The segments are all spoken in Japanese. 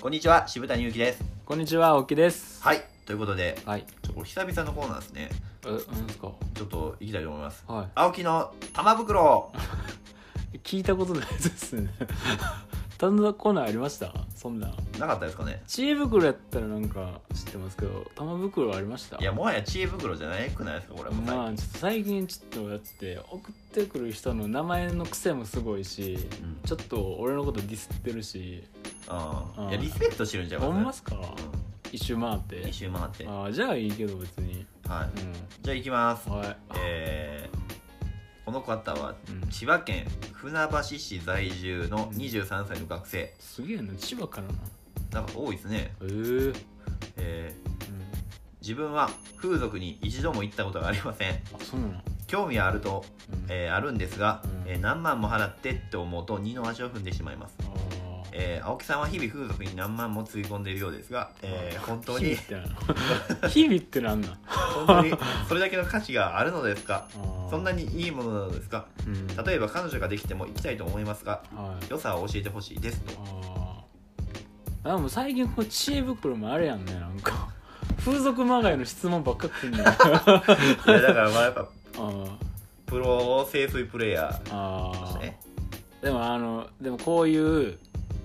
こんにちは渋谷祐希ですこんにちは、おきです。はいということではい。ちょこれ久々のコーナーですねえ、なんですか。ちょっと行きたいと思いますは青木の玉袋い。聞いたことないです ね。単独コーナーありました。そんな。なかったですかね知恵袋やったら、なんか知ってますけど、玉袋ありました。いやもはや知恵袋じゃないくないですかこれもうまあ、ちょっと最近ちょっとやってて、送ってくる人の名前の癖もすごいし。うんちょっと俺のことディスってるし。うんうんいやリスペクトしてるんじゃほんまっすすか。一周回って2。周回ってはいああ、じゃあいいけど、別に。じゃあ行きますうん。はい。えーこの方はうん。千葉県船橋市在住の23歳の学生すげえな、千葉からな。なんか多いですねええうん。えー自分は風俗に一度も行ったことがありませんあ、そうなの。興味はあると、うんえーあるんですが、うんえー何万も払ってって思うと二の足を踏んでしまいます、ああ。えー青木さんは日々風俗に何万もつぎ込んでいるようですが、えー本当日に 々ってなん日々ってなんなん本当にそれだけの価値があるのですか そんなに、にいいものなのですかうん、例えば彼女ができても行きたいと思いますがはい良さを教えてほしいです とあーあでも最近こう知恵袋もあれやんねなんか風俗まがいの質問ばっか来 んねんあいやだからまあやっぱープロ清水プレイヤーとしあてねーでもあのでもこういう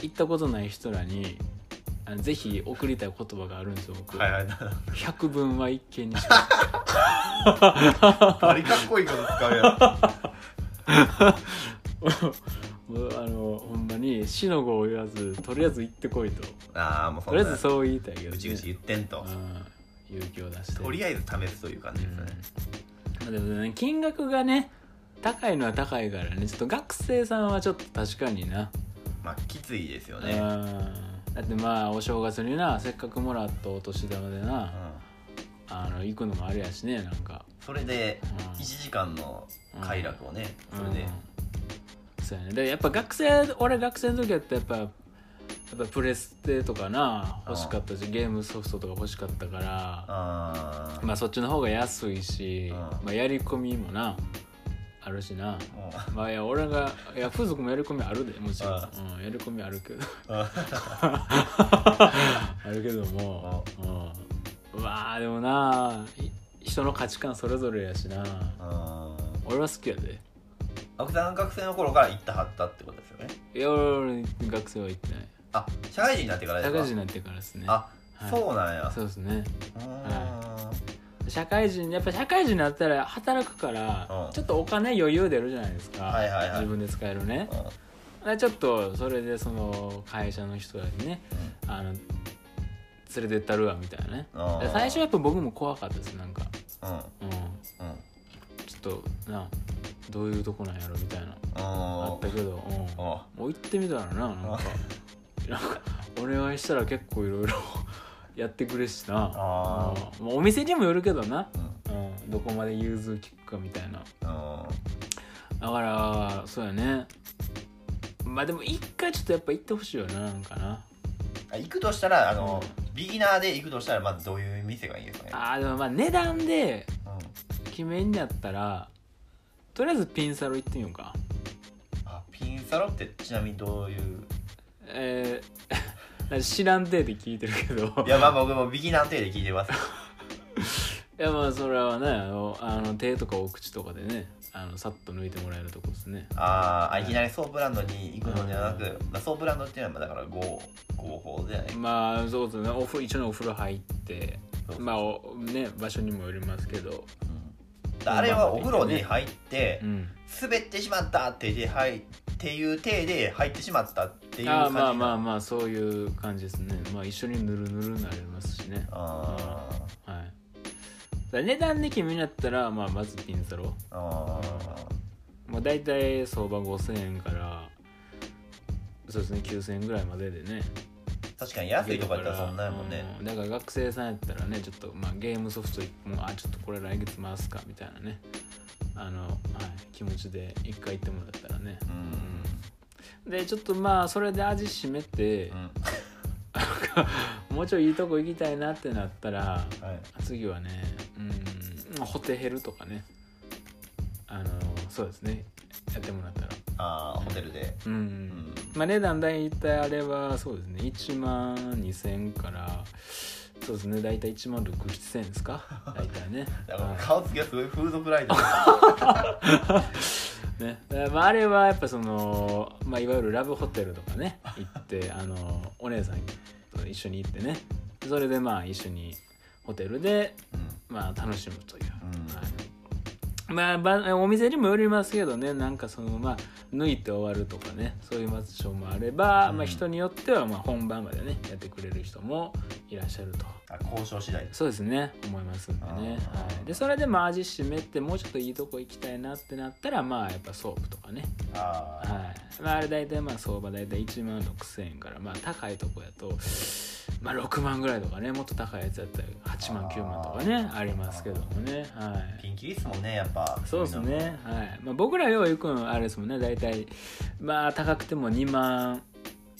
行ったことない人らにあのぜひ送りたい言葉があるんですよ僕、はいはい 百聞は一見にしか バリかっこいいこと使う やもうあのほんまに死の語を言わずとりあえず行ってこいとつああもうそんとりあなえずそう言いたいけど、ね、うちうち言ってんとうん勇気を出してとりあえず試すという感じですね、まあでもね金額がね高いのは高いからねちょっと学生さんはちょっと確かにな、まあきついですようね、うんんだってまあお正月になせっかくもらったお年玉でな、あの行くのもあれやしねなんか、それでうん1時間の快楽をね、それで、うんそうやねでやっぱ学生俺学生の時やったらやっぱやっぱプレステとかな欲しかったしゲームソフトとか欲しかったからああ、まあそっちの方が安いし、うんまあ、やり込みもなあるしなもうまあいや俺がいや風俗もやり込みあるでもちろん、ううん、やり込 みあるけどああるけども、うん、まあでもない人の価値観それぞれやしなあ俺は好きやで青木さん学生の頃から行ったはったってことですよねいや俺学生は行ってないあ社会人になってからです社か会人になってからですねあ、はいそうなんやそうですねうーん、社会人やっぱ社会人になったら働くから、うんちょっとお金余裕出るじゃないですか、はいはいはい自分で使えるね、うんでちょっとそれでその会社の人らにねあの連れてったるわみたいなねあでー最初やっぱ僕も怖かったですなんか、うんうんうん、ちょっとなどういうとこなんやろみたいなああったけど、うん、もあう行ってみたらななんかなんかお願いしたら結構いろいろ やってくれるしなあーうんもうお店にもよるけどな、うんうん、どこまで融通きくかみたいなうんだからそうやねまあでも一回ちょっとやっぱ行ってほしいよななんかなあ行くとしたらあの、ビギナーで行くとしたらまずどういう店がいいですかねあーでもまあ値段でうん決めんやったらとりあえずピンサロ行ってみようかあピンサロってちなみにどういうえー なんか知らんてで聞いてるけどいやまあ僕もビギナーの程度で聞いてますいやまあそれはねあのあの手とかお口とかでねあのさっと抜いてもらえるとこですねあーあいきなりソーブランドに行くのではなく、まあ、ソーブランドっていうのはだから合合法じゃないまあそうですねお風呂一緒にお風呂入ってそうまあおね場所にもよりますけどうんだあれはお風呂に入って、うん滑ってしまったってで、はい、っていう体で入ってしまったっていうああ感じまあまあまあそういう感じですねまあ一緒にぬるぬるになれますしねあーはいだから値段で決めんやったら、まあ、まずピンサロあまあ、大体相場5000円からそうですね9000円ぐらいまででねー確かに安いとこやったらそんなんやもんねうだから学生さんやったらねちょっと、まあ、ゲームソフト1本あちょっとこれ来月回すかみたいなねあの、はい、気持ちで1回行ってもらったらねうん、でちょっとまあそれで味しめてう、ん もうちょいいいとこ行きたいなってなったらはい、次はねうんまあホテヘルとかねあのそうですねやってもらったらああホテルでうん、うんまあ値段大体あれはそうですね1万2000からそうですね大体1万6000ですか大体ねだからはい顔つきがすごいフードフライドね、だからまああれはやっぱその、まあ、いわゆるラブホテルとかね行ってあのお姉さんと一緒に行ってねそれでまあ一緒にホテルで、うんまあ、楽しむという、うんはいまあば、お店にもよりますけどねなんかそのまあ抜いて終わるとかねそういうマンションもあれば、うんまあ、人によってはまあ本番までねやってくれる人もいらっしゃると。あ交渉次第そうですね思いますんでね、あーはい、でそれでまあ味しめてもうちょっといいとこ行きたいなってなったらまあやっぱソープとかね、ああはいまあ、あれ大体まあ相場大体1万6000円からまあ高いとこやとまあ6万ぐらいとかねもっと高いやつやったら8万あー9万とかねありますけどもねはいピンキリっすもんねやっぱそうですみんなねはい、まあ、僕らよう行くんあれですもんね大体まあ高くても2万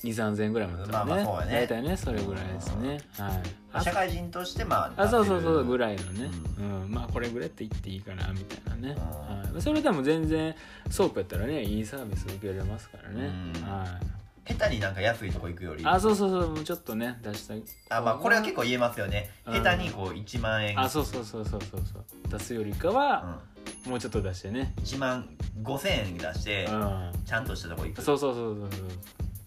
2 3 0 0円ぐらいまでまあまあそうやね大体ねそれぐらいですねはいあ社会人としてまああそうそうそうなってるぐらいのね、ううんまあこれぐらいって言っていいかなみたいなね、うんはい、それでも全然ソープやったらねいいサービス受けられますからね、うんはい、下手になんか安いとこ行くよりあそうそうそうもうちょっとね出したいあまあこれは結構言えますよねうん下手にこう1万円あそうそうそうそうそうそう出すよりかは、もうちょっと出してね、うん、1万5000円出してうん、ちゃんとしたとこ行くそううそうそうそうそう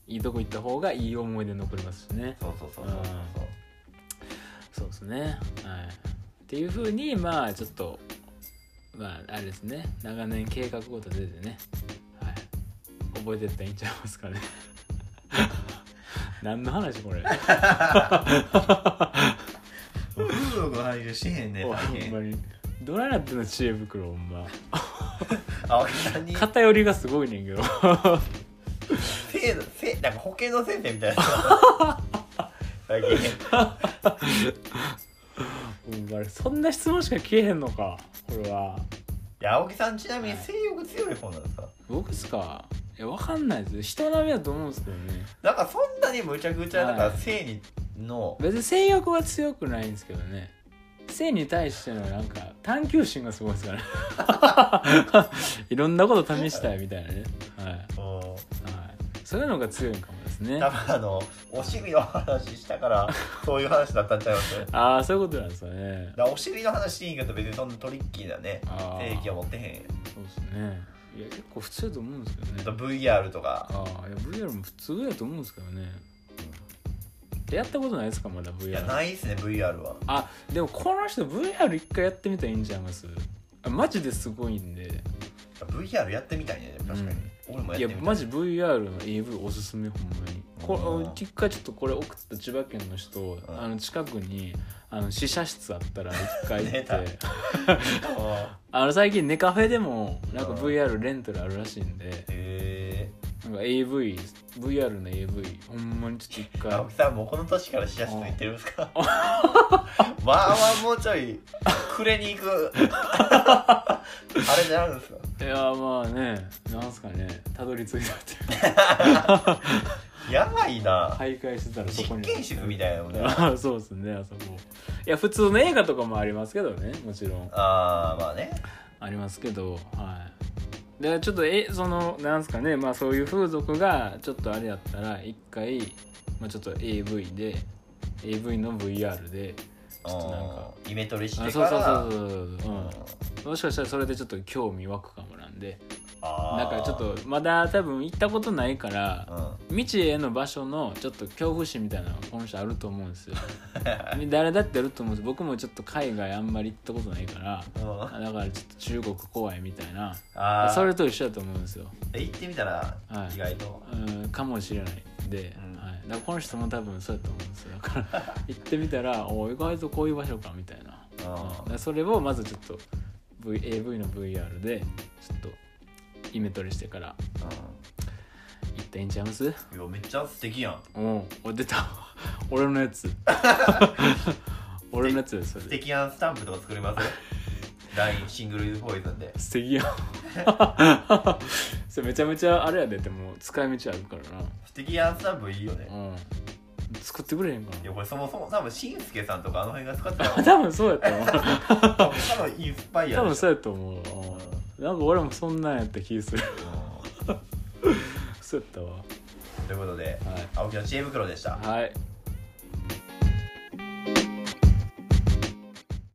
いいとこ行った方がいい思い出残りますしねそうそうそうそうそうそうですねはいっていうふうにまあちょっとまああれですね長年計画ごと出てね、はい、覚えてったらいいんちゃいますかね 何の話これ風俗の話をしてへんねほ最ん近まにどないなってんの知恵袋ほんま青木さんに偏りがすごいねんけどせのせなんか保健の先生み たいな最近ほんまにそんな質問しか消えへんのかこれはいや青木さんちなみに性欲強い方なんですか僕っすかいやわかんないです人並みだと思うんですけどねなんかそんなにむちゃくちゃなんか性にの別に性欲は強くないんですけどね性に対してのなんか探求心がすごいですから いろんなこと試したいみたいなね、はいはい、うんそういうのが強いんかもですね多分あのお尻の話した からそういう話だったんちゃいますだかああそういうことなんですよねらお尻の話いいけど別にそんなトリッキーなねあ性ー域はそ持ってへうですねいや結構普通だと思うんですけどねん VR とかああいや VR も普通だと思うんですけどねやったことないですかまだ VR いやないっすね VR はあでもこの人 VR 一回やってみたらいいんちゃいますあマジですごいんで VR やってみたいね確かに、俺もやいやってみたマいジ VR の AV おすすめほんまにこうれん一回ちょっとこれ送った千葉県の人うんあの近くにあの試写室あったら一回 行っ出てああの最近ネカフェでもなんかうん VR レンタルあるらしいんでーへなんか AVVR の AV ほんまにちょっえと一回青木さんもうこの年からシアスと言ってるんですか まあまあもうちょいくれに行 くあれになるんですかいやまあねなんすかねたどり着いたっていうやばいな、徘徊してたらそこ実に験室みたいなもんねあ そうですねあそこいや普通の映画とかもありますけどねもちろんああまあねありますけどはいでちょっとえそのなんすかねまあそういう風俗がちょっとあれやったら一回、まあ、ちょっと AV で AV の VR でちょっとなんかうんイメトレしあてそうかそうらそうそうそう、うん、もしかしたらそれでちょっと興味湧くかもなんであだーからちょっとまだ多分行ったことないからうん未知への場所のちょっと恐怖心みたいなのがこの人あると思う んですよ誰だってあると思うんです僕もちょっと海外あんまり行ったことないからうんあだからちょっと中国怖いみたいなあーそれと一緒だと思うんですよ、行ってみたらはい意外とうん、かもしれないんで、うんはい、だからこの人も多分そうだと思うんですよだから 行ってみたらおー意外とこういう場所かみたいな、うんうんだからそれをまずちょっと、v、AV の VR でちょっとイメトレしてから行っていいんちゃいますうんいやめっちゃ素敵やんうんお出た 俺のやつ 俺のやつですそ素れ敵やんスタンプとか作ります LINE シングルユーズポイズンで素敵やん それめちゃめちゃあれやででも使い道あるからな素敵やんスタンプいいよねうん作ってくれへんかいやこれそもそも多分しんすけさんとかあの辺が使ってたなの 多分そうやったわ 多分多分インスパイア多分でしそょうやと思うわなんか俺もそんなんやった気するうん そうやったわということではい青木の知恵袋でしたはい